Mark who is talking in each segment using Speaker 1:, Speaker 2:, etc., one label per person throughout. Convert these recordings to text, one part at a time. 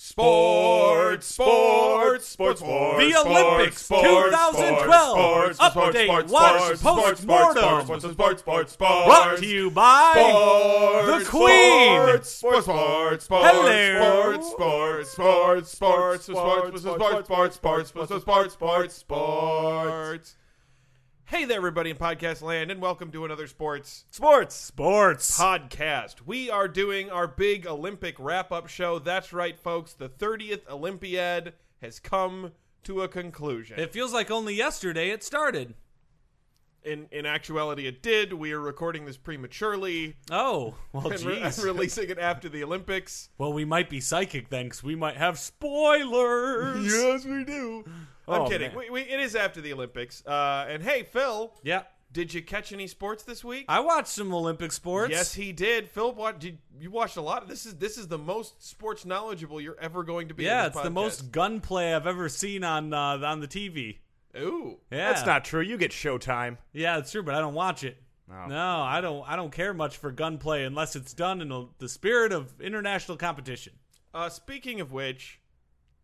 Speaker 1: Sports, sports, sports, sports.
Speaker 2: The Olympics 2012 Update, watch, post-mortem.
Speaker 1: sports, sports, sports, sports.
Speaker 2: Brought to you by the
Speaker 1: Sports,
Speaker 2: Queen.
Speaker 1: Sports, sports, sports, sports,
Speaker 2: Hello.
Speaker 1: sports, sports, sports, sports, sports, sports, sports, sports, sports, sports, sports, sports, sports. Hey there, everybody in podcast land, and welcome to another sports
Speaker 2: Sports. Sports.
Speaker 1: podcast. We are doing our big Olympic wrap up show. That's right, folks. The 30th Olympiad has come to a conclusion.
Speaker 2: It feels like only yesterday it started.
Speaker 1: in, in actuality, it did. We are recording this prematurely
Speaker 2: Oh, well,
Speaker 1: and, re-
Speaker 2: geez.
Speaker 1: and releasing it after the Olympics.
Speaker 2: Well, we might be psychic then, 'cause we might have spoilers.
Speaker 1: we do.
Speaker 2: Oh,
Speaker 1: I'm kidding.
Speaker 2: man.
Speaker 1: We, we, it is after the Olympics. Uh, and hey, Phil,
Speaker 2: Yeah.
Speaker 1: did you catch any sports this week?
Speaker 2: I watched some Olympic sports.
Speaker 1: Yes, he did. Phil, what did you watched a lot? This is this is the most sports knowledgeable you're ever going to be. in
Speaker 2: Yeah,
Speaker 1: this
Speaker 2: it's the
Speaker 1: podcast.
Speaker 2: most gunplay I've ever seen on uh, on the TV.
Speaker 1: Ooh,
Speaker 2: Yeah,
Speaker 3: That's not true. You get showtime.
Speaker 2: Yeah, it's true, but I don't watch it.
Speaker 3: No.
Speaker 2: No, I don't. I don't care much for gunplay unless it's done in the- the spirit of international competition.
Speaker 1: Uh, speaking of which,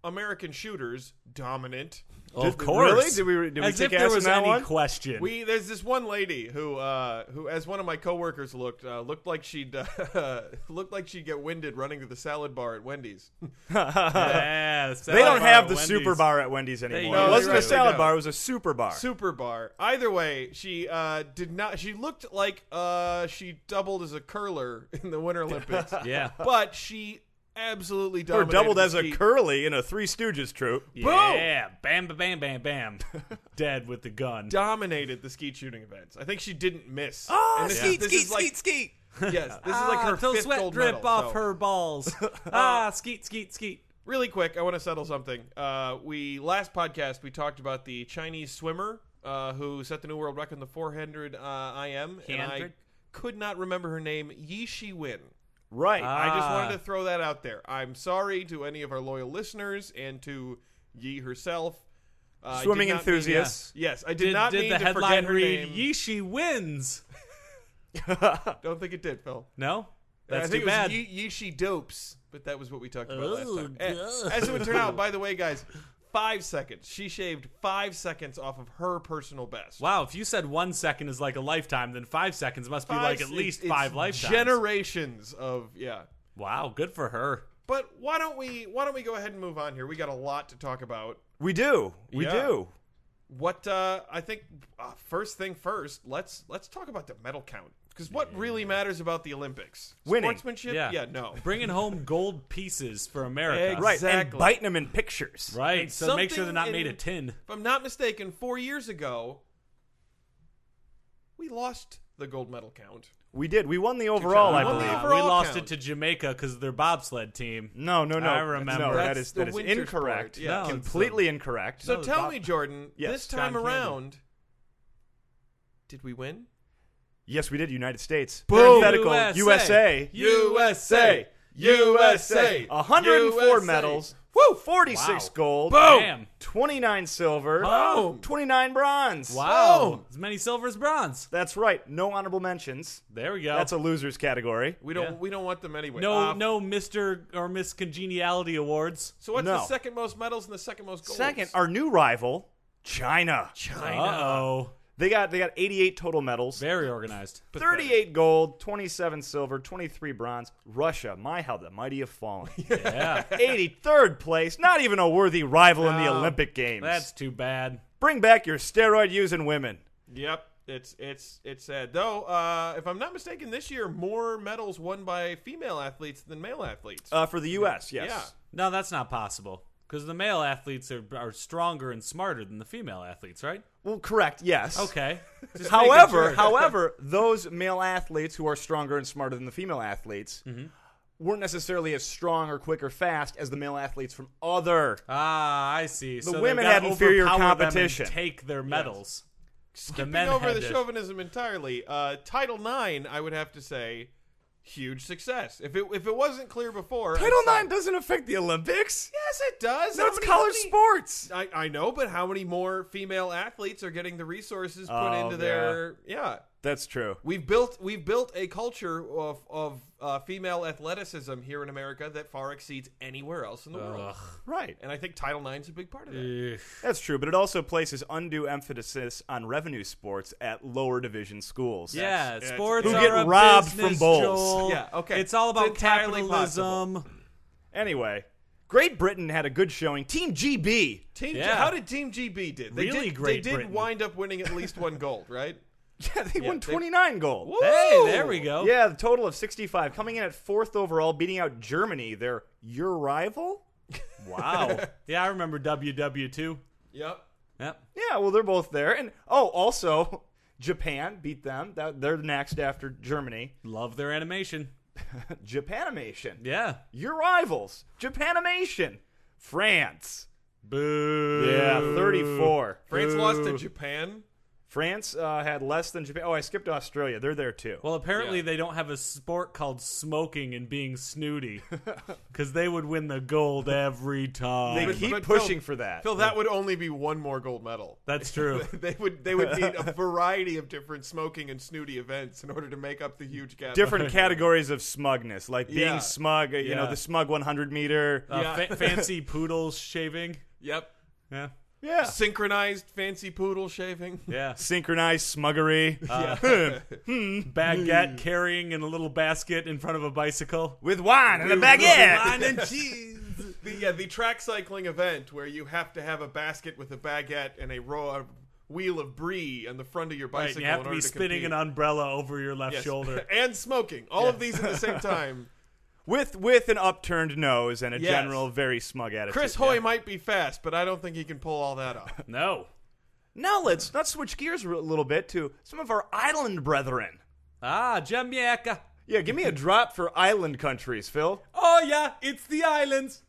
Speaker 1: American shooters dominant.
Speaker 2: of
Speaker 3: we-
Speaker 2: course.
Speaker 3: really? Did we- did we
Speaker 2: As
Speaker 3: kick
Speaker 2: if
Speaker 3: ass
Speaker 2: there
Speaker 3: in
Speaker 2: was
Speaker 3: that
Speaker 2: any
Speaker 3: one?
Speaker 2: question.
Speaker 1: We there's this one lady who uh, who as one of my coworkers looked uh, looked like she'd uh, looked like she'd get winded running to the salad bar at Wendy's.
Speaker 2: yeah,
Speaker 3: They don't
Speaker 2: uh,
Speaker 3: have the super bar at Wendy's anymore.
Speaker 2: no,
Speaker 3: it wasn't
Speaker 1: they
Speaker 3: a
Speaker 1: really
Speaker 3: salad
Speaker 1: don't.
Speaker 3: bar. It was a super bar.
Speaker 1: Super bar. Either way, she uh, did not. She looked like uh, she doubled as a curler in the Winter Olympics.
Speaker 2: Yeah.
Speaker 1: but she absolutely
Speaker 3: or
Speaker 1: dominated.
Speaker 3: doubled as
Speaker 1: the
Speaker 3: a
Speaker 1: skeet.
Speaker 3: curly in a Three Stooges troupe.
Speaker 2: Yeah, bam, ba- bam, bam, bam. Dead with the gun.
Speaker 1: dominated the skeet shooting events. I think she didn't miss. And this is- this is like-
Speaker 3: Oh, skeet.
Speaker 1: Yes, this is like
Speaker 3: Ah,
Speaker 1: her
Speaker 2: till
Speaker 1: fifth
Speaker 2: sweat
Speaker 1: gold
Speaker 2: drip
Speaker 1: medal,
Speaker 2: off
Speaker 1: so-
Speaker 2: her balls. ah, skeet, skeet, skeet.
Speaker 1: Really quick, I want to settle something. Uh, we last podcast we talked about the Chinese swimmer uh, who set the new world record in the 400 uh, IM, and I
Speaker 2: Hundred?
Speaker 1: could not remember her name. Yi Shi Win.
Speaker 3: Right.
Speaker 1: I just
Speaker 2: Ah.
Speaker 1: wanted to throw that out there. I'm sorry to any of our loyal listeners and to Yi herself. Uh, I did
Speaker 3: Swimming
Speaker 1: not mean-
Speaker 3: enthusiast.
Speaker 1: yes, I did,
Speaker 2: Did,
Speaker 1: not
Speaker 2: did
Speaker 1: mean
Speaker 2: the
Speaker 1: to
Speaker 2: headline
Speaker 1: forget her
Speaker 2: read
Speaker 1: name.
Speaker 2: Yishi wins?
Speaker 1: Don't think it did, Phil.
Speaker 2: No,
Speaker 1: I
Speaker 2: that's
Speaker 1: think
Speaker 2: too
Speaker 1: it was
Speaker 2: bad.
Speaker 1: Ye- Yeeshi dopes, but that was what we talked about last
Speaker 2: Oh,
Speaker 1: time. Eh,
Speaker 2: God.
Speaker 1: As it would turn out, by the way, guys, five seconds. She shaved five seconds off of her personal best.
Speaker 2: wow, if you said one second is like a lifetime, then five seconds must be
Speaker 1: Five-
Speaker 2: like at
Speaker 1: it's-
Speaker 2: least
Speaker 1: it's
Speaker 2: five lifetimes.
Speaker 1: Generations of yeah.
Speaker 2: wow, good for her.
Speaker 1: But why don't we why don't we go ahead and move on here? We got a lot to talk about.
Speaker 3: we do. We
Speaker 1: Yeah.
Speaker 3: do.
Speaker 1: What uh, I think uh, first thing first, let's let's talk about the medal count because what really matters about the Olympics?
Speaker 3: Winning.
Speaker 1: sportsmanship.
Speaker 2: Yeah,
Speaker 1: no.
Speaker 2: Bringing home gold pieces for America.
Speaker 1: Exactly.
Speaker 3: Right. And biting them in pictures.
Speaker 2: right. So make sure
Speaker 1: something
Speaker 2: they're not
Speaker 1: in-
Speaker 2: made of tin.
Speaker 1: if I'm not mistaken, four years ago, we lost the gold medal count.
Speaker 3: We did. We won the overall,
Speaker 1: We
Speaker 3: I
Speaker 1: won the
Speaker 3: believe.
Speaker 1: overall.
Speaker 2: we lost
Speaker 1: count.
Speaker 2: it to Jamaica because their bobsled team.
Speaker 3: No, no, no.
Speaker 2: I remember.
Speaker 3: No, Oh, that
Speaker 1: That's
Speaker 3: is
Speaker 1: the
Speaker 3: that is
Speaker 1: winter
Speaker 3: incorrect.
Speaker 1: sport. Yeah.
Speaker 2: No, it's
Speaker 3: Completely incorrect.
Speaker 1: So
Speaker 2: No,
Speaker 1: tell
Speaker 2: Bob-
Speaker 1: me, Jordan,
Speaker 3: Yes,
Speaker 1: this
Speaker 2: John
Speaker 1: time
Speaker 2: Candy.
Speaker 1: around, did we win?
Speaker 3: yes, we did. United States.
Speaker 2: Boom.
Speaker 3: Parenthetical. USA.
Speaker 2: USA.
Speaker 3: USA. 104
Speaker 1: USA.
Speaker 3: medals. Woo! 46
Speaker 2: Wow.
Speaker 3: gold.
Speaker 1: Boom.
Speaker 2: Damn.
Speaker 3: 29 silver. Oh.
Speaker 1: Boom.
Speaker 3: 29 bronze.
Speaker 2: Wow.
Speaker 1: Boom.
Speaker 2: As many silver as bronze.
Speaker 3: That's right. No honorable mentions.
Speaker 2: There we go.
Speaker 3: That's a losers category.
Speaker 1: We
Speaker 2: Yeah.
Speaker 1: don't. We don't want them anyway.
Speaker 2: no,
Speaker 1: Uh,
Speaker 2: no, Mister or Miss Congeniality awards.
Speaker 1: So what's the
Speaker 3: No.
Speaker 1: second most medals and the second most goals?
Speaker 3: Second, our new rival, China.
Speaker 2: Uh
Speaker 1: China.
Speaker 2: oh,
Speaker 3: They got they got 88 total medals.
Speaker 2: very organized.
Speaker 3: 38 gold, 27 silver, 23 bronze. Russia, my how the mighty have fallen.
Speaker 2: Yeah,
Speaker 3: 83rd place, not even a worthy rival in the
Speaker 2: No.
Speaker 3: Olympic Games.
Speaker 2: that's too bad.
Speaker 3: Bring back your steroid using women.
Speaker 1: Yep. It's it's it's sad though. Uh, if I'm not mistaken, this year more medals won by female athletes than male athletes.
Speaker 3: Uh, for the U.S., yes.
Speaker 1: Yeah.
Speaker 2: No, that's not possible because the male athletes are are stronger and smarter than the female athletes, right?
Speaker 3: Well, correct, yes.
Speaker 2: Okay. Just making
Speaker 3: However,
Speaker 2: sure.
Speaker 3: however, those male athletes who are stronger and smarter than the female athletes
Speaker 2: Mm-hmm.
Speaker 3: weren't necessarily as strong or quick or fast as the male athletes from other.
Speaker 2: ah, I see. The so they've
Speaker 3: women
Speaker 2: gotta
Speaker 3: had inferior
Speaker 2: overpower them and
Speaker 3: competition.
Speaker 2: take their medals. The
Speaker 1: Skipping
Speaker 2: men
Speaker 1: over
Speaker 2: had
Speaker 1: the
Speaker 2: to-
Speaker 1: chauvinism entirely, uh, Title IX, I would have to say, huge success. If it if it wasn't clear before,
Speaker 3: Title
Speaker 1: I'd say-
Speaker 3: IX doesn't affect the Olympics.
Speaker 1: Yes, it does.
Speaker 3: No,
Speaker 1: How
Speaker 3: it's
Speaker 1: many-
Speaker 3: college
Speaker 1: how many-
Speaker 3: sports.
Speaker 1: I, I know, but how many more female athletes are getting the resources put
Speaker 3: Oh,
Speaker 1: into their yeah?
Speaker 3: That's true.
Speaker 1: We've built we've built a culture of of uh, female athleticism here in America that far exceeds anywhere else in the world,
Speaker 3: Right.
Speaker 1: and I think Title IX is a big part of that.
Speaker 3: That's true, but it also places undue emphasis on revenue sports at lower division schools.
Speaker 2: Yeah,
Speaker 1: That's-
Speaker 2: sports
Speaker 1: Who
Speaker 2: are
Speaker 1: get
Speaker 2: a
Speaker 3: robbed from
Speaker 2: business,
Speaker 3: bowls.
Speaker 2: Joel.
Speaker 1: Yeah, okay.
Speaker 2: It's all about
Speaker 1: It's entirely
Speaker 2: capitalism.
Speaker 3: Anyway, Great Britain had a good showing. Team GB.
Speaker 1: Team,
Speaker 2: Yeah.
Speaker 1: how did Team GB did? They
Speaker 2: Really
Speaker 1: did,
Speaker 2: Great
Speaker 1: They did
Speaker 2: Britain.
Speaker 1: wind up winning at least one gold, right?
Speaker 3: Yeah, they won
Speaker 1: they- Oh.
Speaker 3: 29 gold.
Speaker 2: Hey,
Speaker 1: Woo!
Speaker 2: there we go.
Speaker 3: Yeah, the total of 65, coming in at fourth overall, beating out Germany, their your rival.
Speaker 2: Wow. yeah, I remember WW2.
Speaker 1: Yep.
Speaker 2: Yep.
Speaker 3: Yeah, well, they're both there, and oh, also Japan beat them. That they're next after Germany.
Speaker 2: Love their animation.
Speaker 3: Japanimation,
Speaker 2: Yeah.
Speaker 3: your rivals. Japanimation, France.
Speaker 2: Boo.
Speaker 3: Yeah, 34.
Speaker 1: France lost to Japan.
Speaker 3: France uh, had less than Japan. Oh, I skipped Australia. They're there too.
Speaker 2: Well, apparently
Speaker 1: Yeah.
Speaker 2: they don't have a sport called smoking and being snooty, because they would win the gold every time.
Speaker 3: they
Speaker 1: but-
Speaker 3: keep
Speaker 1: but Phil-
Speaker 3: pushing for that.
Speaker 1: Phil, that would only be one more gold medal.
Speaker 2: That's true.
Speaker 1: They would they would need a variety of different smoking and snooty events in order to make up the huge gap.
Speaker 3: Different categories of smugness, like being
Speaker 1: Yeah.
Speaker 3: smug. You know,
Speaker 2: Yeah.
Speaker 3: the smug 100 meter.
Speaker 2: Uh,
Speaker 1: Yeah.
Speaker 2: fa- fancy poodles shaving.
Speaker 1: Yep.
Speaker 2: Yeah.
Speaker 3: yeah.
Speaker 1: Synchronized fancy poodle shaving.
Speaker 2: Yeah.
Speaker 3: Synchronized smuggery uh,
Speaker 1: Yeah.
Speaker 2: Baguette carrying in a little basket in front of a bicycle.
Speaker 3: with wine and a baguette.
Speaker 2: Wine and cheese.
Speaker 1: the, yeah, the track cycling event where you have to have a basket with a baguette and a row of wheel of brie on the front of your
Speaker 2: Right,
Speaker 1: bicycle.
Speaker 2: you have
Speaker 1: in
Speaker 2: to
Speaker 1: order
Speaker 2: be
Speaker 1: to
Speaker 2: spinning
Speaker 1: compete.
Speaker 2: an umbrella over your left
Speaker 1: Yes.
Speaker 2: shoulder.
Speaker 1: and smoking. All of these at the same time.
Speaker 3: with with an upturned nose and a
Speaker 1: Yes.
Speaker 3: general very smug attitude.
Speaker 1: Chris Hoy might be fast, but I don't think he can pull all that off.
Speaker 2: No.
Speaker 3: Now let's let's switch gears a little bit to some of our island brethren.
Speaker 2: Ah, Jamaica.
Speaker 3: Yeah, give me a drop for island countries, Phil.
Speaker 2: Oh yeah, it's the islands.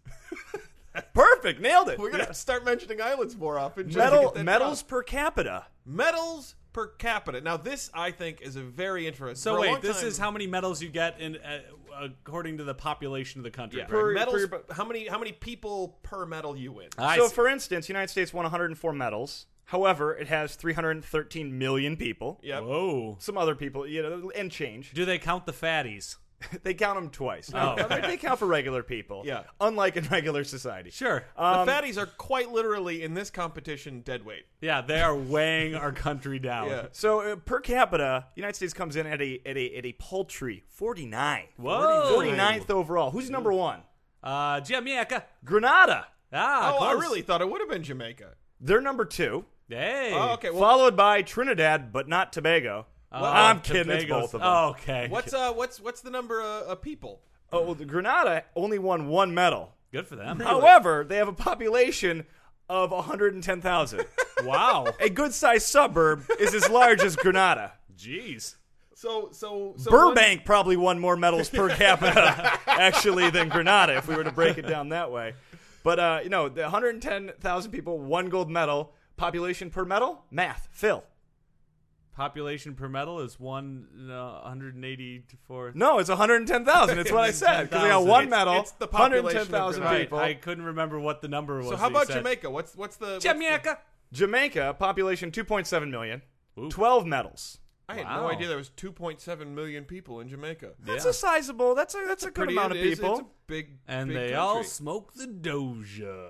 Speaker 3: Perfect, nailed it.
Speaker 1: We're gonna have to start mentioning islands more often. just to
Speaker 3: Medal
Speaker 1: get that
Speaker 3: medals
Speaker 1: drop.
Speaker 3: per capita.
Speaker 1: medals per capita. Now this I think is a very interesting.
Speaker 2: So
Speaker 1: for a long
Speaker 2: wait, this
Speaker 1: time-
Speaker 2: is how many medals you get in uh, according to the population of the country.
Speaker 1: yeah,
Speaker 2: right?
Speaker 3: per-
Speaker 1: medals.
Speaker 3: for your-
Speaker 1: how many how many people per medal you win?
Speaker 2: I
Speaker 3: so,
Speaker 2: see.
Speaker 3: for instance, United States won 104 medals. However, it has 313 million people.
Speaker 1: Yep.
Speaker 2: Whoa.
Speaker 3: Some other people, you know, and change.
Speaker 2: Do they count the fatties?
Speaker 3: They count them twice.
Speaker 2: Oh.
Speaker 3: No, they- they count for regular people.
Speaker 1: Yeah.
Speaker 3: Unlike in regular society.
Speaker 2: Sure.
Speaker 3: Um,
Speaker 1: the fatties are quite literally in this competition dead weight.
Speaker 2: yeah, they are weighing our country down.
Speaker 1: Yeah.
Speaker 3: So uh, per capita, United States comes in at a at a at a paltry 49.
Speaker 2: Whoa.
Speaker 3: 49th overall. Who's number 1?
Speaker 2: Uh, Jamaica.
Speaker 3: Granada.
Speaker 2: Ah,
Speaker 1: Oh, I
Speaker 2: close.
Speaker 1: really thought it would have been Jamaica.
Speaker 3: They're number 2,
Speaker 2: Hey.
Speaker 1: Oh, okay. Well,
Speaker 3: followed by Trinidad but not Tobago.
Speaker 2: Oh,
Speaker 3: I'm kidding, it's
Speaker 2: Tobago's- oh.
Speaker 3: both of them.
Speaker 2: Okay.
Speaker 1: what's uh what's what's the number uh, of, of people?
Speaker 3: Oh, well, the Granada only won one medal.
Speaker 2: Good for them.
Speaker 3: However, they have a population of 110,000.
Speaker 2: wow.
Speaker 3: a good-sized suburb is as large as Granada.
Speaker 2: Jeez.
Speaker 1: So so, so
Speaker 3: Burbank probably won more medals per capita actually than Granada if we were to break it down that way. But uh, you know, the 110,000 people, one gold medal, population per medal, math, Phil.
Speaker 2: Population per medal is one uh, hundred eighty four.
Speaker 3: No, it's 110,000. It's what I said because they got
Speaker 2: 110,000.
Speaker 3: one
Speaker 2: It's-
Speaker 3: medal,
Speaker 1: it's the population of
Speaker 3: 110,000
Speaker 1: Grenada.
Speaker 2: Right.
Speaker 3: people.
Speaker 2: I couldn't remember what the number was.
Speaker 1: So
Speaker 2: that
Speaker 1: how
Speaker 2: you
Speaker 1: about
Speaker 2: said.
Speaker 1: Jamaica? What's what's the what's the-
Speaker 2: Jamaica.
Speaker 3: Jamaica population 2.7 million,
Speaker 2: Ooh.
Speaker 3: 12 medals.
Speaker 1: I had
Speaker 2: Wow.
Speaker 1: no idea there was 2.7 million people in Jamaica.
Speaker 3: That's
Speaker 2: Yeah.
Speaker 3: a sizable. That's a that's a good
Speaker 1: Pretty-
Speaker 3: amount of
Speaker 1: it is-
Speaker 3: people.
Speaker 1: It's a big
Speaker 2: And
Speaker 1: big
Speaker 2: they
Speaker 1: country.
Speaker 2: all smoke the Doja.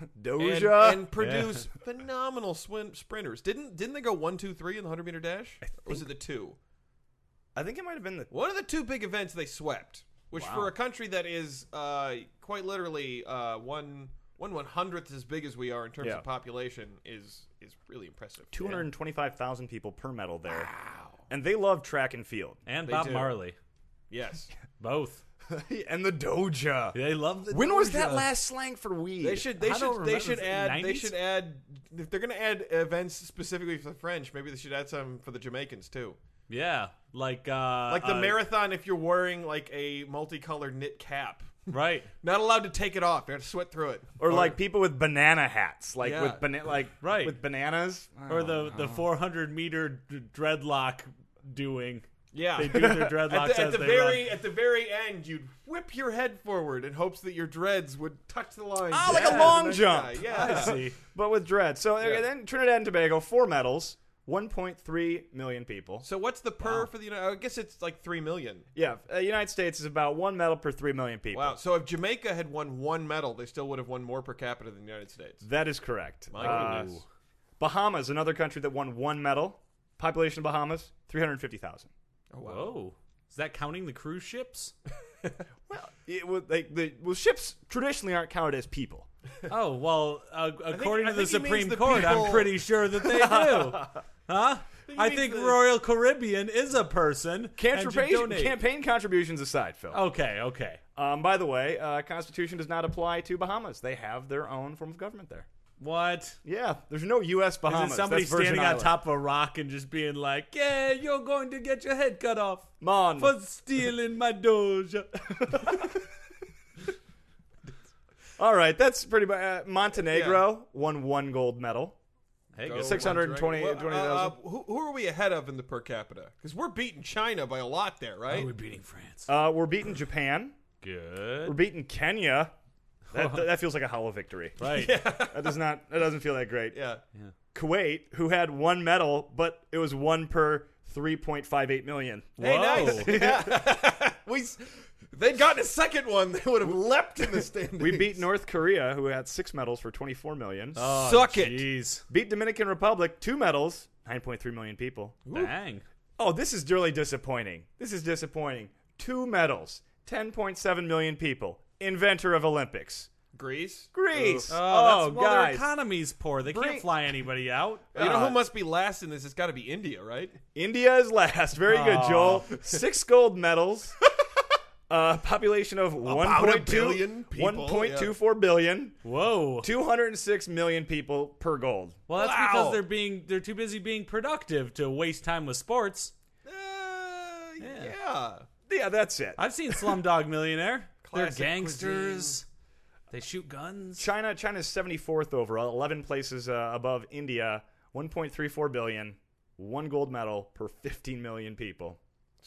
Speaker 1: and,
Speaker 3: Doja.
Speaker 1: and produce phenomenal swim sprinters. Didn't didn't they go one two three in the hundred meter dash? Or was it the two?
Speaker 3: I think it might have been the
Speaker 1: One of the two big events they swept, which for a country that is uh, quite literally uh, one one one hundredth as big as we are in terms
Speaker 3: Yeah.
Speaker 1: of population is is really impressive.
Speaker 3: 225,000 people per medal there. And they love track and field.
Speaker 2: And Bob
Speaker 1: do.
Speaker 2: Marley.
Speaker 1: Yes,
Speaker 2: Both.
Speaker 3: and the doja.
Speaker 2: They love the
Speaker 3: When was
Speaker 2: Doja.
Speaker 3: that last slang for weed?
Speaker 1: they should they
Speaker 2: I don't
Speaker 1: should they
Speaker 2: remember.
Speaker 1: should
Speaker 2: Was it
Speaker 1: add they
Speaker 2: 90s?
Speaker 1: should add if they're gonna add events specifically for the French, maybe they should add some for the Jamaicans too.
Speaker 2: Yeah. Like uh
Speaker 1: Like the
Speaker 2: uh,
Speaker 1: marathon, if you're wearing like a multicolored knit cap,
Speaker 2: Right.
Speaker 1: not allowed to take it off. You have to sweat through it.
Speaker 3: or like people with banana hats, like
Speaker 1: Yeah.
Speaker 3: with bana- like
Speaker 2: Right.
Speaker 3: with bananas.
Speaker 2: Or the the 400 meter d- dreadlock doing.
Speaker 1: Yeah.
Speaker 2: They do their dreadlocks
Speaker 1: At
Speaker 2: as
Speaker 1: the, at the
Speaker 2: they
Speaker 1: very
Speaker 2: run.
Speaker 1: at the very end, you'd whip your head forward in hopes that your dreads would touch the line.
Speaker 3: Ah, like a
Speaker 1: Yeah, the
Speaker 3: long
Speaker 1: next
Speaker 3: jump.
Speaker 1: guy.
Speaker 2: I
Speaker 1: Yeah.
Speaker 2: see.
Speaker 3: but with dread. So okay,
Speaker 1: Yeah.
Speaker 3: then Trinidad and Tobago, four medals, 1.3 million people.
Speaker 1: So what's the per for the United? I guess it's like three million.
Speaker 3: yeah, uh, United States is about one medal per three million people.
Speaker 1: Wow. So if Jamaica had won one medal, they still would have won more per capita than the United States.
Speaker 3: That is correct.
Speaker 1: My
Speaker 3: Uh,
Speaker 1: goodness.
Speaker 3: Bahamas, another country that won one medal. Population of Bahamas, 350,000.
Speaker 1: Oh, wow.
Speaker 2: Whoa. Is that counting the cruise ships?
Speaker 3: Well, it was like the well ships traditionally aren't counted as people.
Speaker 2: Oh, well, uh, according
Speaker 1: I
Speaker 2: to the
Speaker 1: think he means
Speaker 2: Supreme
Speaker 1: the
Speaker 2: Court, I'm
Speaker 1: people-
Speaker 2: pretty sure that they do. huh? I
Speaker 1: means
Speaker 2: think
Speaker 1: the-
Speaker 2: Royal Caribbean is a person. and should
Speaker 3: Campaign,
Speaker 2: donate.
Speaker 3: campaign contributions aside, Phil.
Speaker 2: Okay, okay.
Speaker 3: Um, by the way, uh, Constitution does not apply to Bahamas. They have their own form of government there.
Speaker 2: What?
Speaker 3: Yeah, there's no U.S.
Speaker 2: Is
Speaker 3: Bahamas.
Speaker 2: it somebody
Speaker 3: That's Virgin
Speaker 2: standing on
Speaker 3: Islands.
Speaker 2: top of a rock and just being like, "Yeah, you're going to get your head cut off
Speaker 3: Mon.
Speaker 2: for stealing my doja"?
Speaker 3: All right, that's pretty much. Uh, Montenegro won one gold medal.
Speaker 2: Hey,
Speaker 1: Go
Speaker 2: good.
Speaker 3: Six- 620
Speaker 1: Well, uh,
Speaker 3: 20,000.
Speaker 1: uh, who, who are we ahead of in the per capita? Because we're beating China by a lot there,
Speaker 2: Are
Speaker 1: right?
Speaker 2: we beating France?
Speaker 3: Uh, we're beating Japan. We're
Speaker 2: Good.
Speaker 3: beating Kenya. That, that feels like a hollow victory.
Speaker 2: Right.
Speaker 3: That does not. That doesn't feel that great.
Speaker 1: yeah.
Speaker 3: Kuwait, who had one medal, but it was one per 3.58 million.
Speaker 1: Hey,
Speaker 2: Whoa.
Speaker 1: nice. Yeah. we, s- they'd gotten a second one, they would have leapt in the standings.
Speaker 3: We beat North Korea, who had six medals for 24 million.
Speaker 2: Oh,
Speaker 1: Suck it.
Speaker 2: Jeez.
Speaker 3: beat Dominican Republic, two medals, 9.3 million people.
Speaker 2: Bang.
Speaker 3: Oh, this is really disappointing. This is disappointing. Two medals, 10.7 million people. Inventor of Olympics.
Speaker 1: Greece.
Speaker 3: Greece.
Speaker 1: Oof.
Speaker 2: well,
Speaker 3: oh,
Speaker 2: their
Speaker 3: guys.
Speaker 2: economy's poor. They
Speaker 3: Bring-
Speaker 2: can't fly anybody out.
Speaker 1: you know
Speaker 3: God.
Speaker 1: who must be last in this? It's got to be India, right?
Speaker 3: India is last. Very good,
Speaker 2: Aw.
Speaker 3: Joel. Six gold medals. uh, population of
Speaker 1: About a
Speaker 3: 1.2
Speaker 1: billion people,
Speaker 3: 1.24 billion.
Speaker 2: Whoa.
Speaker 3: 206 million people per gold.
Speaker 2: Well, that's
Speaker 1: Wow.
Speaker 2: because they're being they're too busy being productive to waste time with sports.
Speaker 1: Uh,
Speaker 2: Yeah.
Speaker 1: yeah.
Speaker 3: Yeah, that's it.
Speaker 2: I've seen Slumdog Millionaire. they're
Speaker 1: Classic
Speaker 2: gangsters. They shoot guns.
Speaker 3: China China's 74th overall, 11 places uh, above India, 1.34 billion, one gold medal per 15 million people.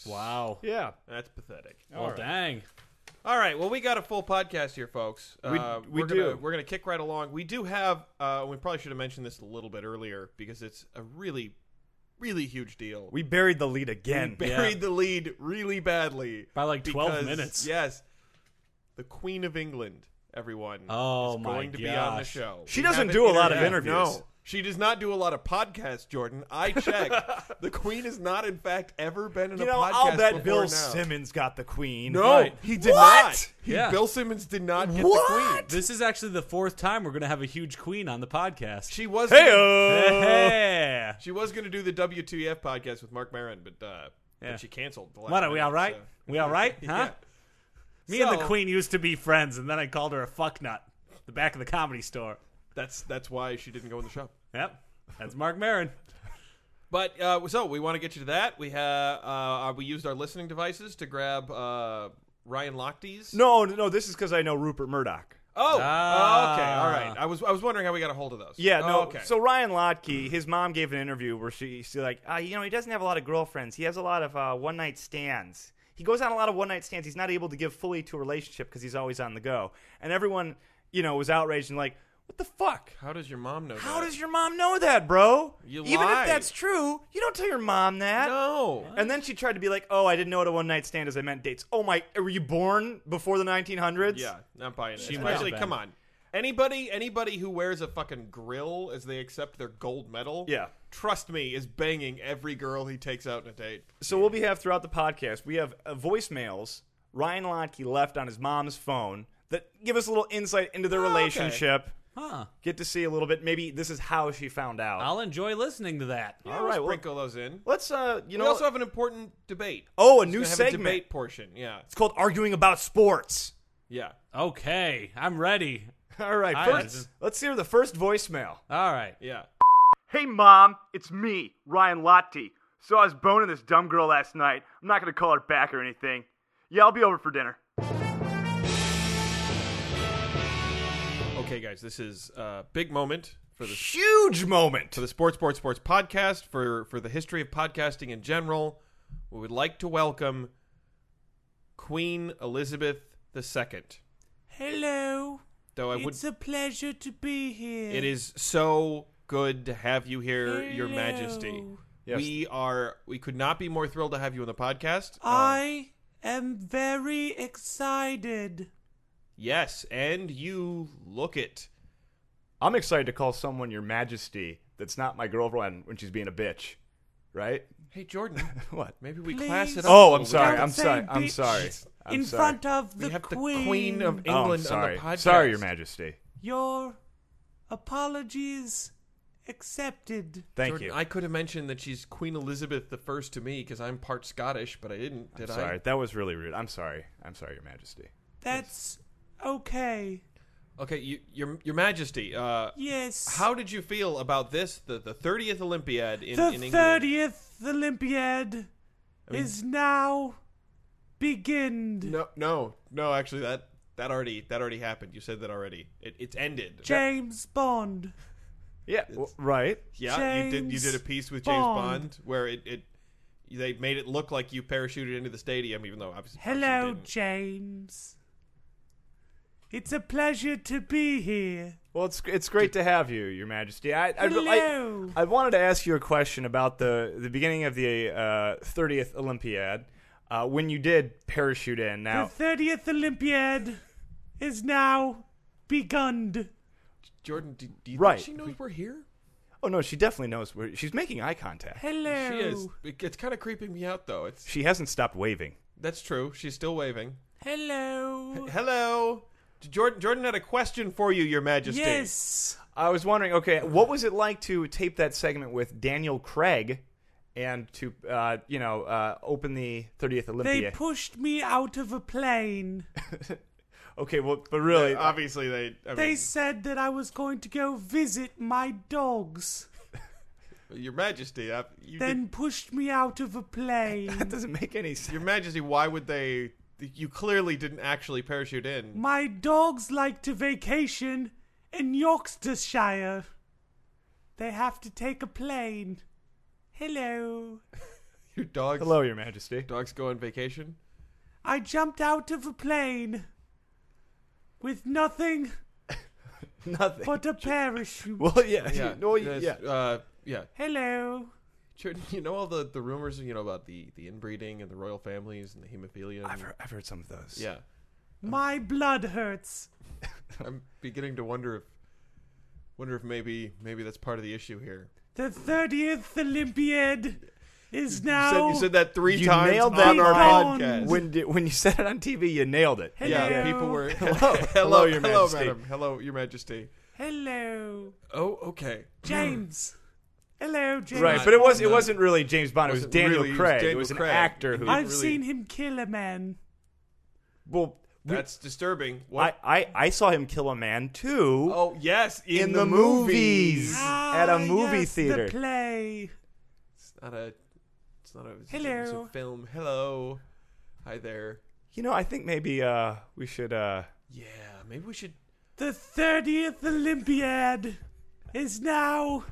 Speaker 2: Wow.
Speaker 3: Yeah.
Speaker 1: That's pathetic.
Speaker 2: Well, dang.
Speaker 1: All right. Well, we got a full podcast here, folks. We,
Speaker 3: we
Speaker 1: are Gonna,
Speaker 3: do.
Speaker 1: we're going to kick right along. We do have. Uh, we probably should have mentioned this a little bit earlier because it's a really, really huge deal.
Speaker 3: We buried the lead again.
Speaker 2: Yeah.
Speaker 1: buried the lead really badly
Speaker 2: By, like, 12
Speaker 1: because,
Speaker 2: minutes.
Speaker 1: Yes, the Queen of England, everyone.
Speaker 2: Oh,
Speaker 1: is
Speaker 2: my
Speaker 1: going to be on the
Speaker 2: gosh.
Speaker 1: show.
Speaker 3: She
Speaker 1: We
Speaker 3: doesn't
Speaker 1: haven't
Speaker 3: do a lot of
Speaker 1: interviewed-
Speaker 3: interviews.
Speaker 1: No, she does not do a lot of podcasts. Jordan, I checked. the Queen has not, in fact, ever been in
Speaker 3: You
Speaker 1: a
Speaker 3: know,
Speaker 1: podcast
Speaker 3: I'll bet
Speaker 1: before
Speaker 3: Bill
Speaker 1: now.
Speaker 3: Simmons got the queen.
Speaker 1: No,
Speaker 2: Right.
Speaker 1: he did
Speaker 3: What?
Speaker 1: not. He,
Speaker 2: Yeah.
Speaker 1: Bill Simmons did not get the Queen.
Speaker 3: What?
Speaker 2: This is actually the fourth time we're going to have a huge queen on the podcast.
Speaker 1: She was.
Speaker 3: Hey-o.
Speaker 2: yeah.
Speaker 1: She was going to do the WTF podcast with Mark Maron, but uh,
Speaker 2: Yeah.
Speaker 1: but she canceled. The last
Speaker 2: What are we
Speaker 1: minute,
Speaker 2: all right?
Speaker 1: so-
Speaker 2: We all right? Huh?
Speaker 1: Yeah.
Speaker 2: Me and the
Speaker 1: So-
Speaker 2: queen used to be friends, and then I called her a fuck nut. The back of the comedy store.
Speaker 1: That's that's why she didn't go in the show.
Speaker 2: Yep. That's Mark Marin.
Speaker 1: But uh, so we want to get you to that. We have uh, we used our listening devices to grab uh, Ryan Lochte's.
Speaker 3: No, no, no, this is because I know Rupert Murdoch.
Speaker 1: Oh,
Speaker 2: Ah.
Speaker 1: okay, all right. I was I was wondering how we got a hold of those.
Speaker 3: Yeah,
Speaker 1: Oh,
Speaker 3: no.
Speaker 1: okay.
Speaker 3: So Ryan Lotke, his mom gave an interview where she she's like, uh, you know, he doesn't have a lot of girlfriends. He has a lot of uh, one night stands. He goes on a lot of one night stands. He's not able to give fully to a relationship because he's always on the go. And everyone, you know, was outraged and like, what the fuck?
Speaker 1: how does your mom know?
Speaker 3: How
Speaker 1: that?
Speaker 3: does your mom know that, bro?
Speaker 1: You
Speaker 3: Even if
Speaker 1: lied.
Speaker 3: that's true, you don't tell your mom that.
Speaker 1: no?
Speaker 3: And then she tried to be like, "Oh, I didn't know what a one night stand is. I meant dates. Oh my, were you born before the 1900s?
Speaker 1: Yeah, not buying it.
Speaker 2: She might
Speaker 1: Especially,
Speaker 2: have been.
Speaker 1: come on. Anybody, anybody who wears a fucking grill as they accept their gold medal,
Speaker 3: Yeah.
Speaker 1: trust me, is banging every girl he takes out on a date.
Speaker 3: So we'll be have throughout the podcast. We have uh, voicemails Ryan Lotke left on his mom's phone that give us a little insight into their
Speaker 1: Oh, okay.
Speaker 3: relationship.
Speaker 2: Huh.
Speaker 3: Get to see a little bit. Maybe this is how she found out.
Speaker 2: I'll enjoy listening to that.
Speaker 1: Yeah,
Speaker 3: All
Speaker 1: we'll
Speaker 3: right, well-
Speaker 1: sprinkle those in.
Speaker 3: Let's uh, you
Speaker 1: We
Speaker 3: know,
Speaker 1: also have an important debate.
Speaker 3: oh, a
Speaker 1: We're
Speaker 3: new
Speaker 1: gonna have
Speaker 3: segment.
Speaker 1: a debate portion. Yeah,
Speaker 3: It's called arguing about sports.
Speaker 1: yeah.
Speaker 2: Okay. I'm ready.
Speaker 3: All right,
Speaker 2: I-
Speaker 3: first, let's hear the first voicemail.
Speaker 2: All right.
Speaker 1: Yeah.
Speaker 3: Hey, mom, it's me, Ryan Lochte. So I was boning this dumb girl last night. I'm not gonna call her back or anything. Yeah, I'll be over for dinner.
Speaker 1: Okay, guys, this is a big moment for the
Speaker 3: Huge moment.
Speaker 1: for the Sports Sports Sports podcast for for the history of podcasting in general. we would like to welcome Queen Elizabeth II.
Speaker 2: Hello.
Speaker 1: Though I would,
Speaker 2: a pleasure to be here.
Speaker 1: it is so good to have you here, Your Majesty.
Speaker 3: Yes.
Speaker 1: We are. We could not be more thrilled to have you on the podcast. Uh,
Speaker 2: I am very excited.
Speaker 1: yes, and you look it.
Speaker 3: I'm excited to call someone Your Majesty that's not my girlfriend when she's being a bitch, right?
Speaker 1: Hey, Jordan.
Speaker 3: What?
Speaker 1: Maybe we
Speaker 2: Please.
Speaker 1: class it up. a
Speaker 3: Oh,
Speaker 1: little
Speaker 3: I'm sorry.
Speaker 1: bit.
Speaker 3: I'm
Speaker 2: say
Speaker 3: sorry. I'm
Speaker 2: bitch
Speaker 3: sorry. I'm
Speaker 2: in
Speaker 3: sorry.
Speaker 2: front of the
Speaker 1: we have
Speaker 2: queen.
Speaker 1: the Queen of
Speaker 3: Oh, I'm
Speaker 1: England on
Speaker 3: sorry.
Speaker 1: the podcast.
Speaker 3: Sorry, Your Majesty.
Speaker 2: Your apologies accepted.
Speaker 3: Thank
Speaker 1: Jordan,
Speaker 3: you.
Speaker 1: I could have mentioned that she's Queen Elizabeth the First to me because I'm part Scottish, but I didn't. Did I?
Speaker 3: sorry. That was really rude. I'm sorry. I'm sorry, Your Majesty.
Speaker 2: That's okay.
Speaker 1: Okay, you, your Your Majesty. Uh,
Speaker 2: Yes.
Speaker 1: how did you feel about this? The the thirtieth Olympiad in, in
Speaker 2: the
Speaker 1: England.
Speaker 2: thirtieth Olympiad is now beginned.
Speaker 1: No, no, no. Actually, that that already that already happened. You said that already. It, it's ended.
Speaker 2: James Bond.
Speaker 3: Yeah. w- right.
Speaker 1: yeah, you did. You did a
Speaker 2: James
Speaker 1: piece with James Bond,
Speaker 2: Bond.
Speaker 1: where it, it they made it look like you parachuted into the stadium, even though obviously
Speaker 2: Hello,
Speaker 1: obviously you didn't.
Speaker 2: James. It's a pleasure to be here.
Speaker 3: Well, it's it's great to have you, Your Majesty. I I,
Speaker 2: Hello.
Speaker 3: I, I wanted to ask you a question about the the beginning of the uh, thirtieth Olympiad uh, when you did parachute in.
Speaker 2: The
Speaker 3: Now,
Speaker 2: thirtieth Olympiad is now begunned.
Speaker 1: Jordan. Do, do you
Speaker 3: Right.
Speaker 1: think she knows we're here?
Speaker 3: oh no, she definitely knows where she's making eye contact.
Speaker 2: Hello.
Speaker 1: She is. It- It's kind of creeping me out, though. It's
Speaker 3: She hasn't stopped waving.
Speaker 1: that's true. She's still waving.
Speaker 2: Hello.
Speaker 1: Hello, Jordan. Jordan had a question for you, Your Majesty.
Speaker 2: Yes.
Speaker 3: I was wondering, okay, what was it like to tape that segment with Daniel Craig, and to uh, you know uh, open the thirtieth
Speaker 2: They
Speaker 3: Olympia?
Speaker 2: pushed me out of a plane.
Speaker 3: okay, well, but really,
Speaker 1: Obviously, they. I
Speaker 2: They
Speaker 1: mean,
Speaker 2: said that I was going to go visit my dogs,
Speaker 1: Your Majesty. I, you did,
Speaker 2: then pushed me out of a
Speaker 3: that
Speaker 2: plane.
Speaker 3: doesn't make any sense.
Speaker 1: Your Majesty, why would they? You clearly didn't actually parachute in.
Speaker 2: My dogs like to vacation in Yorkshire. They have to take a plane. Hello.
Speaker 1: Your dogs.
Speaker 3: Hello, Your Majesty.
Speaker 1: Dogs go on vacation.
Speaker 2: I jumped out of a plane with nothing
Speaker 3: Nothing.
Speaker 2: but a parachute.
Speaker 3: Well, yeah,
Speaker 1: Yeah.
Speaker 3: you- no, you-
Speaker 1: yes,
Speaker 3: yeah.
Speaker 1: Uh, yeah.
Speaker 2: Hello.
Speaker 1: Jordan, you know all the, the rumors, you know about the, the inbreeding and the royal families and the hemophilia.
Speaker 3: I've
Speaker 1: and-
Speaker 3: heard, I've heard some of those.
Speaker 1: Yeah,
Speaker 2: My blood hurts.
Speaker 1: I'm beginning to wonder if wonder if maybe maybe that's part of the issue here.
Speaker 2: The 30th Olympiad is
Speaker 1: You
Speaker 2: now.
Speaker 1: said, you said that three
Speaker 3: You
Speaker 1: times
Speaker 3: nailed that
Speaker 1: on our
Speaker 2: on-
Speaker 1: podcast.
Speaker 3: When di- when you said it on TV, you nailed it.
Speaker 2: Hello.
Speaker 1: yeah, people were
Speaker 3: Hello.
Speaker 1: hello,
Speaker 3: Hello, Your
Speaker 1: hello,
Speaker 3: Majesty.
Speaker 1: madam, hello, your Majesty.
Speaker 2: Hello.
Speaker 1: Oh, okay,
Speaker 2: James. Hello, James.
Speaker 3: Right, but it was it
Speaker 1: Not-
Speaker 3: wasn't really James Bond. It was
Speaker 1: Wasn't
Speaker 3: Daniel
Speaker 1: really, it was
Speaker 3: Craig. It
Speaker 1: Daniel
Speaker 3: was an
Speaker 1: Craig.
Speaker 3: actor who.
Speaker 2: I've
Speaker 1: really-
Speaker 2: seen him kill a man.
Speaker 3: well, we-
Speaker 1: that's disturbing.
Speaker 3: I,
Speaker 1: What?
Speaker 3: I I saw him kill a man too
Speaker 1: oh yes, in,
Speaker 3: in the movies at
Speaker 2: Ah,
Speaker 3: a movie
Speaker 2: yes,
Speaker 3: theater.
Speaker 2: The play.
Speaker 1: It's not a. It's not a. It's
Speaker 2: Hello.
Speaker 1: A film. Hello. Hi there.
Speaker 3: you know, I think maybe uh, we should. Uh,
Speaker 1: Yeah, maybe we should.
Speaker 2: The 30th Olympiad is now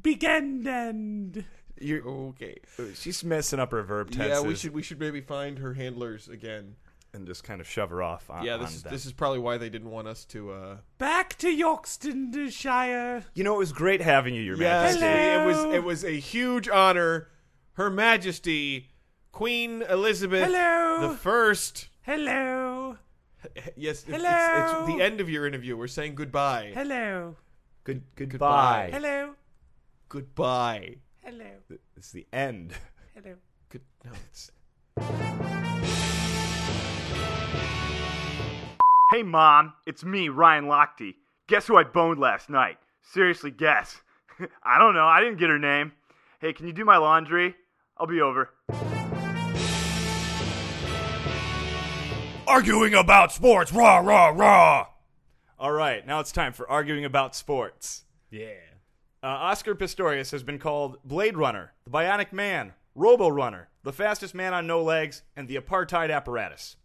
Speaker 2: begun.
Speaker 3: you
Speaker 1: Okay.
Speaker 3: she's messing up her verb tenses
Speaker 1: Yeah, we should we should maybe find her handlers again.
Speaker 3: and just kind of shove her off. On,
Speaker 1: yeah,
Speaker 3: on
Speaker 1: this is,
Speaker 3: that.
Speaker 1: this is probably why they didn't want us to. uh
Speaker 2: Back to Yorkshire.
Speaker 3: You know, it was great having you, Your Majesty.
Speaker 2: Hello.
Speaker 1: it was it was a huge honor. Her Majesty Queen Elizabeth
Speaker 2: Hello.
Speaker 1: the First.
Speaker 2: Hello.
Speaker 1: Yes, it- It's, it's
Speaker 2: Hello.
Speaker 1: the end of your interview. We're saying goodbye.
Speaker 2: Hello.
Speaker 3: Good
Speaker 1: Goodbye.
Speaker 3: goodbye.
Speaker 2: Hello.
Speaker 1: Goodbye.
Speaker 2: Hello.
Speaker 3: It's the end.
Speaker 2: Hello.
Speaker 1: Good. No, it's
Speaker 4: Hey, Mom, it's me, Ryan Lochte. Guess who I boned last night? Seriously, guess. I don't know, I didn't get her name. Hey, can you do my laundry? I'll be over.
Speaker 3: Arguing about sports, rah, rah, rah. All right, now it's time for arguing about sports.
Speaker 1: yeah.
Speaker 3: Uh, Oscar Pistorius has been called Blade Runner, the Bionic Man, Robo Runner, the fastest man on no legs, and the apartheid apparatus.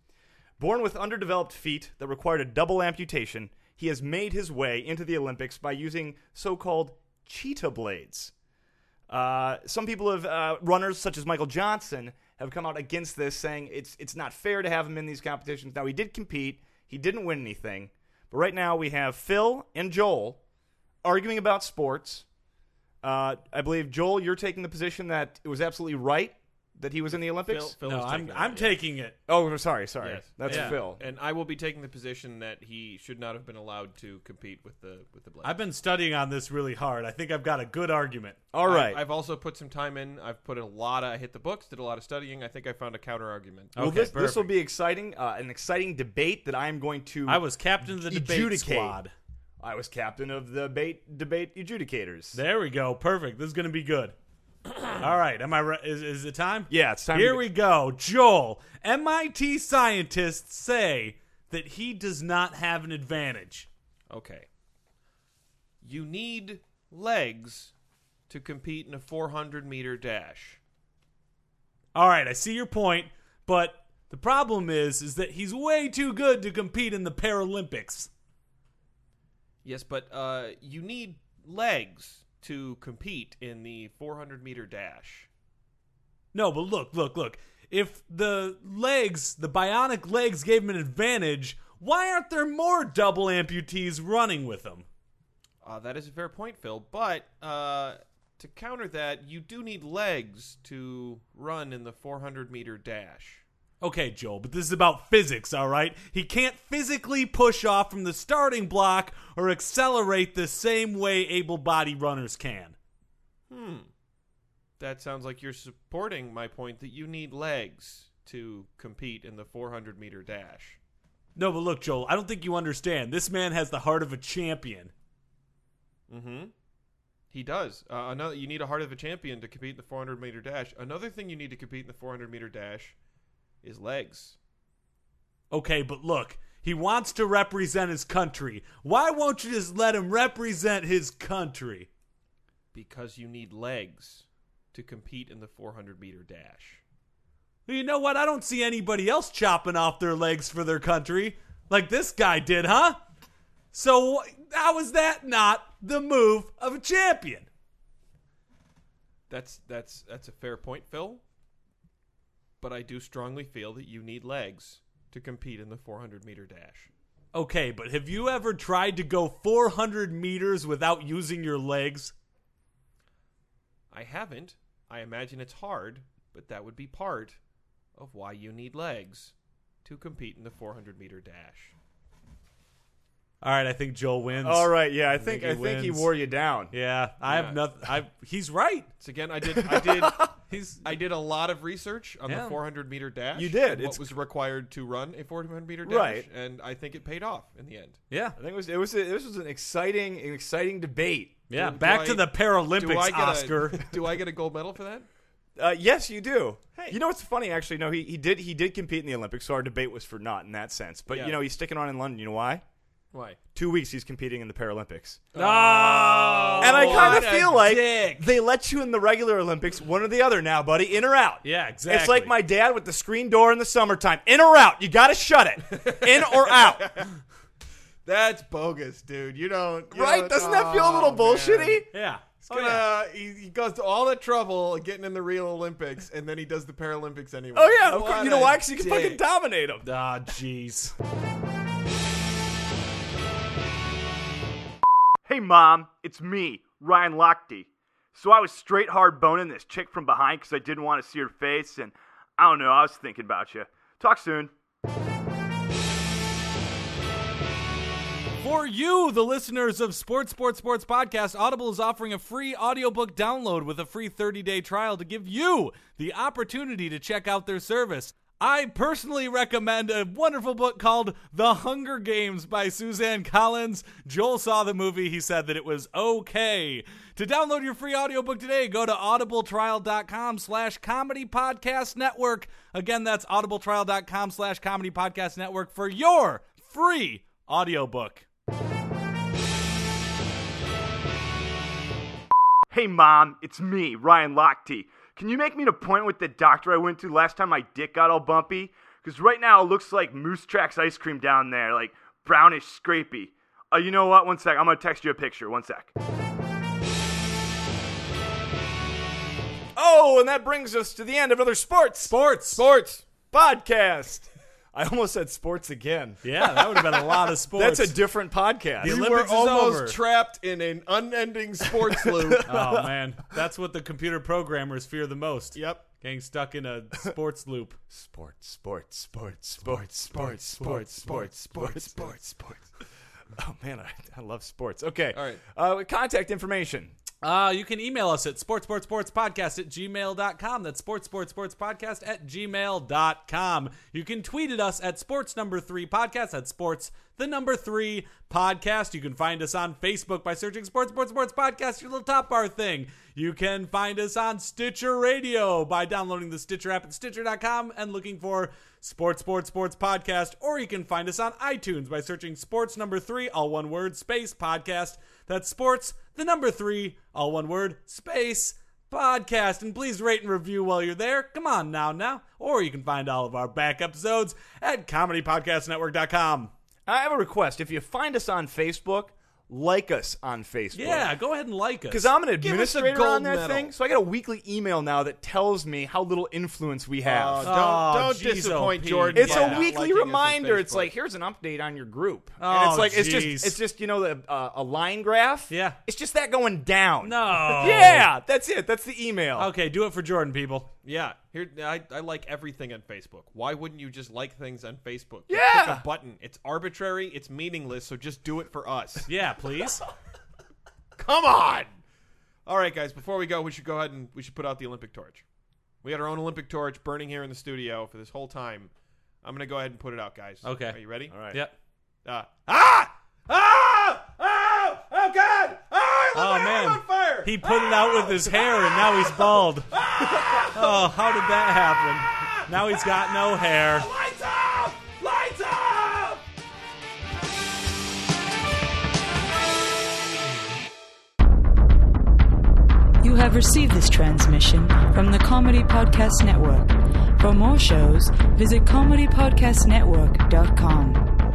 Speaker 3: Born with underdeveloped feet that required a double amputation, he has made his way into the Olympics by using so called cheetah blades. Uh, some people have, uh, runners such as Michael Johnson, have come out against this, saying it's it's not fair to have him in these competitions. Now he did compete, he didn't win anything, but right now we have Phil and Joel arguing about sports. Uh, I believe Joel, you're taking the position that it was absolutely right that he was in the Olympics.
Speaker 1: Phil, Phil
Speaker 4: No,
Speaker 1: is
Speaker 4: I'm
Speaker 1: taking it,
Speaker 4: I'm
Speaker 1: yeah.
Speaker 4: taking it.
Speaker 3: Oh, sorry, sorry,
Speaker 1: Yes.
Speaker 3: that's
Speaker 1: Yeah.
Speaker 3: Phil.
Speaker 1: And I will be taking the position that he should not have been allowed to compete with the with the Blades.
Speaker 4: I've been studying on this really hard. I think I've got a good argument.
Speaker 3: All right,
Speaker 1: I've also put some time in. I've put in a lot. Of, I hit the books, did a lot of studying. I think I found a counter argument.
Speaker 4: Oh.
Speaker 3: well,
Speaker 4: Okay,
Speaker 3: this, this will
Speaker 4: perfect.
Speaker 3: be exciting, uh, an exciting debate that I am going to.
Speaker 4: I was captain of the debate
Speaker 3: Adjudicate.
Speaker 4: squad.
Speaker 3: I was captain of the debate debate adjudicators.
Speaker 4: There we go. Perfect. This is going to be good. All right. Am I re- is is it time?
Speaker 3: yeah, it's time.
Speaker 4: Here
Speaker 3: to,
Speaker 4: we go. Joel, MIT scientists say that he does not have an advantage.
Speaker 1: Okay. You need legs to compete in a 400 meter dash.
Speaker 4: All right, I see your point, but the problem is is that he's way too good to compete in the Paralympics.
Speaker 1: Yes, but uh, you need legs to compete in the 400 meter dash.
Speaker 4: No, but look, look, look. If the legs, the bionic legs gave him an advantage, why aren't there more double amputees running with him?
Speaker 1: Uh, that is a fair point, Phil. But uh, to counter that, you do need legs to run in the 400 meter dash.
Speaker 4: Okay, Joel, but this is about physics, all right? He can't physically push off from the starting block or accelerate the same way able-bodied runners can.
Speaker 1: Hmm. That sounds like you're supporting my point that you need legs to compete in the 400 meter dash.
Speaker 4: No, but look, Joel, I don't think you understand. This man has the heart of a champion.
Speaker 1: Mm-hmm. He does. Uh, another, you need a heart of a champion to compete in the 400 meter dash. Another thing you need to compete in the 400 meter dash is legs.
Speaker 4: Okay, but look, he wants to represent his country. Why won't you just let him represent his country?
Speaker 1: because you need legs to compete in the 400 meter dash.
Speaker 4: Well, You know what? I don't see anybody else chopping off their legs for their country like this guy did, huh? So, wh- how is that not the move of a champion?
Speaker 1: That's that's that's a fair point, Phil. But I do strongly feel that you need legs to compete in the 400 meter dash.
Speaker 4: Okay, but have you ever tried to go 400 meters without using your legs?
Speaker 1: I haven't. I imagine it's hard, but that would be part of why you need legs to compete in the 400 meter dash.
Speaker 4: All right, I think Joel wins.
Speaker 3: All right, yeah, I think
Speaker 4: think
Speaker 3: I
Speaker 4: he
Speaker 3: think he
Speaker 4: wins.
Speaker 3: wore you down.
Speaker 4: Yeah, I
Speaker 1: Yeah.
Speaker 4: have nothing. I he's right.
Speaker 1: So again, I did I did
Speaker 4: He's
Speaker 1: I did a lot of research on
Speaker 4: Yeah.
Speaker 1: the 400 meter dash.
Speaker 3: You did.
Speaker 1: and
Speaker 3: It's-
Speaker 1: What was required to run a 400 meter dash,
Speaker 3: Right.
Speaker 1: and I think it paid off in the end.
Speaker 4: yeah,
Speaker 3: I think it was it was this was an exciting an exciting debate.
Speaker 4: yeah.
Speaker 1: Do- do
Speaker 4: Back
Speaker 1: I-
Speaker 4: to the Paralympics,
Speaker 1: do I get
Speaker 4: Oscar.
Speaker 1: A, do I get a gold medal for that?
Speaker 3: Uh, yes, you do. Hey, you know what's funny? Actually, no, he, he did he did compete in the Olympics, so our debate was for naught in that sense. But
Speaker 1: Yeah.
Speaker 3: you know, he's sticking on in London. You know why?
Speaker 1: Why?
Speaker 3: Two weeks he's competing in the Paralympics,
Speaker 4: Oh,
Speaker 3: and I
Speaker 4: what
Speaker 3: kind
Speaker 4: a
Speaker 3: of feel like
Speaker 4: dick.
Speaker 3: they let you in the regular Olympics, one or the other now, buddy, in or out.
Speaker 4: Yeah, exactly.
Speaker 3: It's like my dad with the screen door in the summertime, in or out. You gotta shut it, in or out.
Speaker 1: That's bogus, dude. You don't. you
Speaker 3: Right?
Speaker 1: don't-
Speaker 3: Doesn't that feel a little
Speaker 1: oh,
Speaker 3: bullshitty?
Speaker 1: man.
Speaker 4: yeah.
Speaker 1: It's
Speaker 4: Oh,
Speaker 1: gonna,
Speaker 4: yeah.
Speaker 1: he, he goes to all that trouble getting in the real Olympics, and then he does the Paralympics anyway.
Speaker 3: Oh yeah, of
Speaker 1: What
Speaker 3: course. You
Speaker 1: a
Speaker 3: know why? Because you can
Speaker 1: dick.
Speaker 3: fucking dominate them.
Speaker 4: Ah, jeez.
Speaker 5: Hey, Mom, it's me, Ryan Lochte. So I was straight hard boning this chick from behind because I didn't want to see her face, and I don't know, I was thinking about you. Talk soon.
Speaker 4: For you, the listeners of Sports Sports Sports Podcast, Audible is offering a free audiobook download with a free 30-day trial to give you the opportunity to check out their service. I personally recommend a wonderful book called The Hunger Games by Suzanne Collins. Joel saw the movie, he said that it was okay. To download your free audiobook today, go to audibletrial.com slash comedy podcast network. Again, that's audibletrial.com slash comedy podcast network for your free audiobook.
Speaker 5: Hey, Mom, it's me, Ryan Lochte. Can you make me an appointment with the doctor I went to last time my dick got all bumpy? Because right now it looks like Moose Tracks ice cream down there, like brownish, scrapey. Uh, you know what? One sec. I'm going to text you a picture. One sec.
Speaker 3: Oh Oh, and that brings us to the end of another sports
Speaker 4: Sports.
Speaker 1: Sports.
Speaker 3: podcast. I almost said sports again.
Speaker 4: Yeah, that would have been a lot of sports.
Speaker 3: That's a different podcast.
Speaker 4: The
Speaker 1: We
Speaker 4: Olympics is
Speaker 1: were almost
Speaker 4: over.
Speaker 1: trapped in an unending sports loop.
Speaker 4: oh man, that's what the computer programmers fear the most.
Speaker 1: Yep.
Speaker 4: Getting stuck in a sports loop.
Speaker 3: sports, sports, sports,
Speaker 1: Sports, sports, sports, sports, sports, sports, sports.
Speaker 3: Oh man, I, I love sports. Okay.
Speaker 1: All right.
Speaker 3: Uh, contact information.
Speaker 4: Uh, you can email us at sportsportsportspodcast at gmail.com. That's sportsportsportspodcast at gmail.com. You can tweet at us at sports number three podcast. That's sports the number three podcast. You can find us on Facebook by searching Sports Sports Sports Podcast, your little top bar thing. You can find us on Stitcher Radio by downloading the Stitcher app at Stitcher.com and looking for Sports Sports Sports Podcast. Or you can find us on iTunes by searching Sports number three, all one word, space podcast. That's sports, the number three, all one word, space, podcast. And please rate and review while you're there. Come on now, now. Or you can find all of our back episodes at comedypodcastnetwork.com.
Speaker 3: I have a request. If you find us on Facebook, like us on Facebook.
Speaker 4: Yeah, go ahead and like us.
Speaker 3: Because I'm an
Speaker 1: Give us a
Speaker 3: administrator
Speaker 1: gold
Speaker 3: on that
Speaker 1: medal.
Speaker 3: thing, so I got a weekly email now that tells me how little influence we have.
Speaker 1: don't
Speaker 4: Oh,
Speaker 1: don't
Speaker 4: geez,
Speaker 1: disappoint
Speaker 4: OP.
Speaker 1: Jordan.
Speaker 3: it's
Speaker 1: by
Speaker 3: a
Speaker 1: not
Speaker 3: weekly
Speaker 1: liking us on
Speaker 3: reminder. It's
Speaker 1: Facebook.
Speaker 3: like here's an update on your group, and
Speaker 4: Oh,
Speaker 3: it's like it's
Speaker 4: jeez.
Speaker 3: just it's just you know the, uh, a line graph.
Speaker 4: Yeah.
Speaker 3: it's just that going down.
Speaker 4: No.
Speaker 3: yeah, that's it. That's the email.
Speaker 4: Okay, do it for Jordan, people.
Speaker 1: yeah. Here, I, I like everything on Facebook. Why wouldn't you just like things on Facebook? Just
Speaker 3: Yeah.
Speaker 1: click a button. It's arbitrary. It's meaningless. So just do it for us.
Speaker 4: Yeah, please.
Speaker 1: Come on. All right, guys. Before we go, we should go ahead and we should put out the Olympic torch. We had our own Olympic torch burning here in the studio for this whole time. I'm gonna go ahead and put it out, guys.
Speaker 4: Okay.
Speaker 1: Are you ready? All
Speaker 3: right.
Speaker 4: yep.
Speaker 1: Uh, ah! Ah! Oh! Oh God! Oh, I
Speaker 4: Oh
Speaker 1: lit my hair
Speaker 4: man,
Speaker 1: on fire!
Speaker 4: he put it out with his hair, and now he's bald. Oh, how did that happen? Now he's got no hair.
Speaker 1: Lights up! Lights up!
Speaker 6: You have received this transmission from the Comedy Podcast Network. For more shows, visit comedypodcastnetwork.com.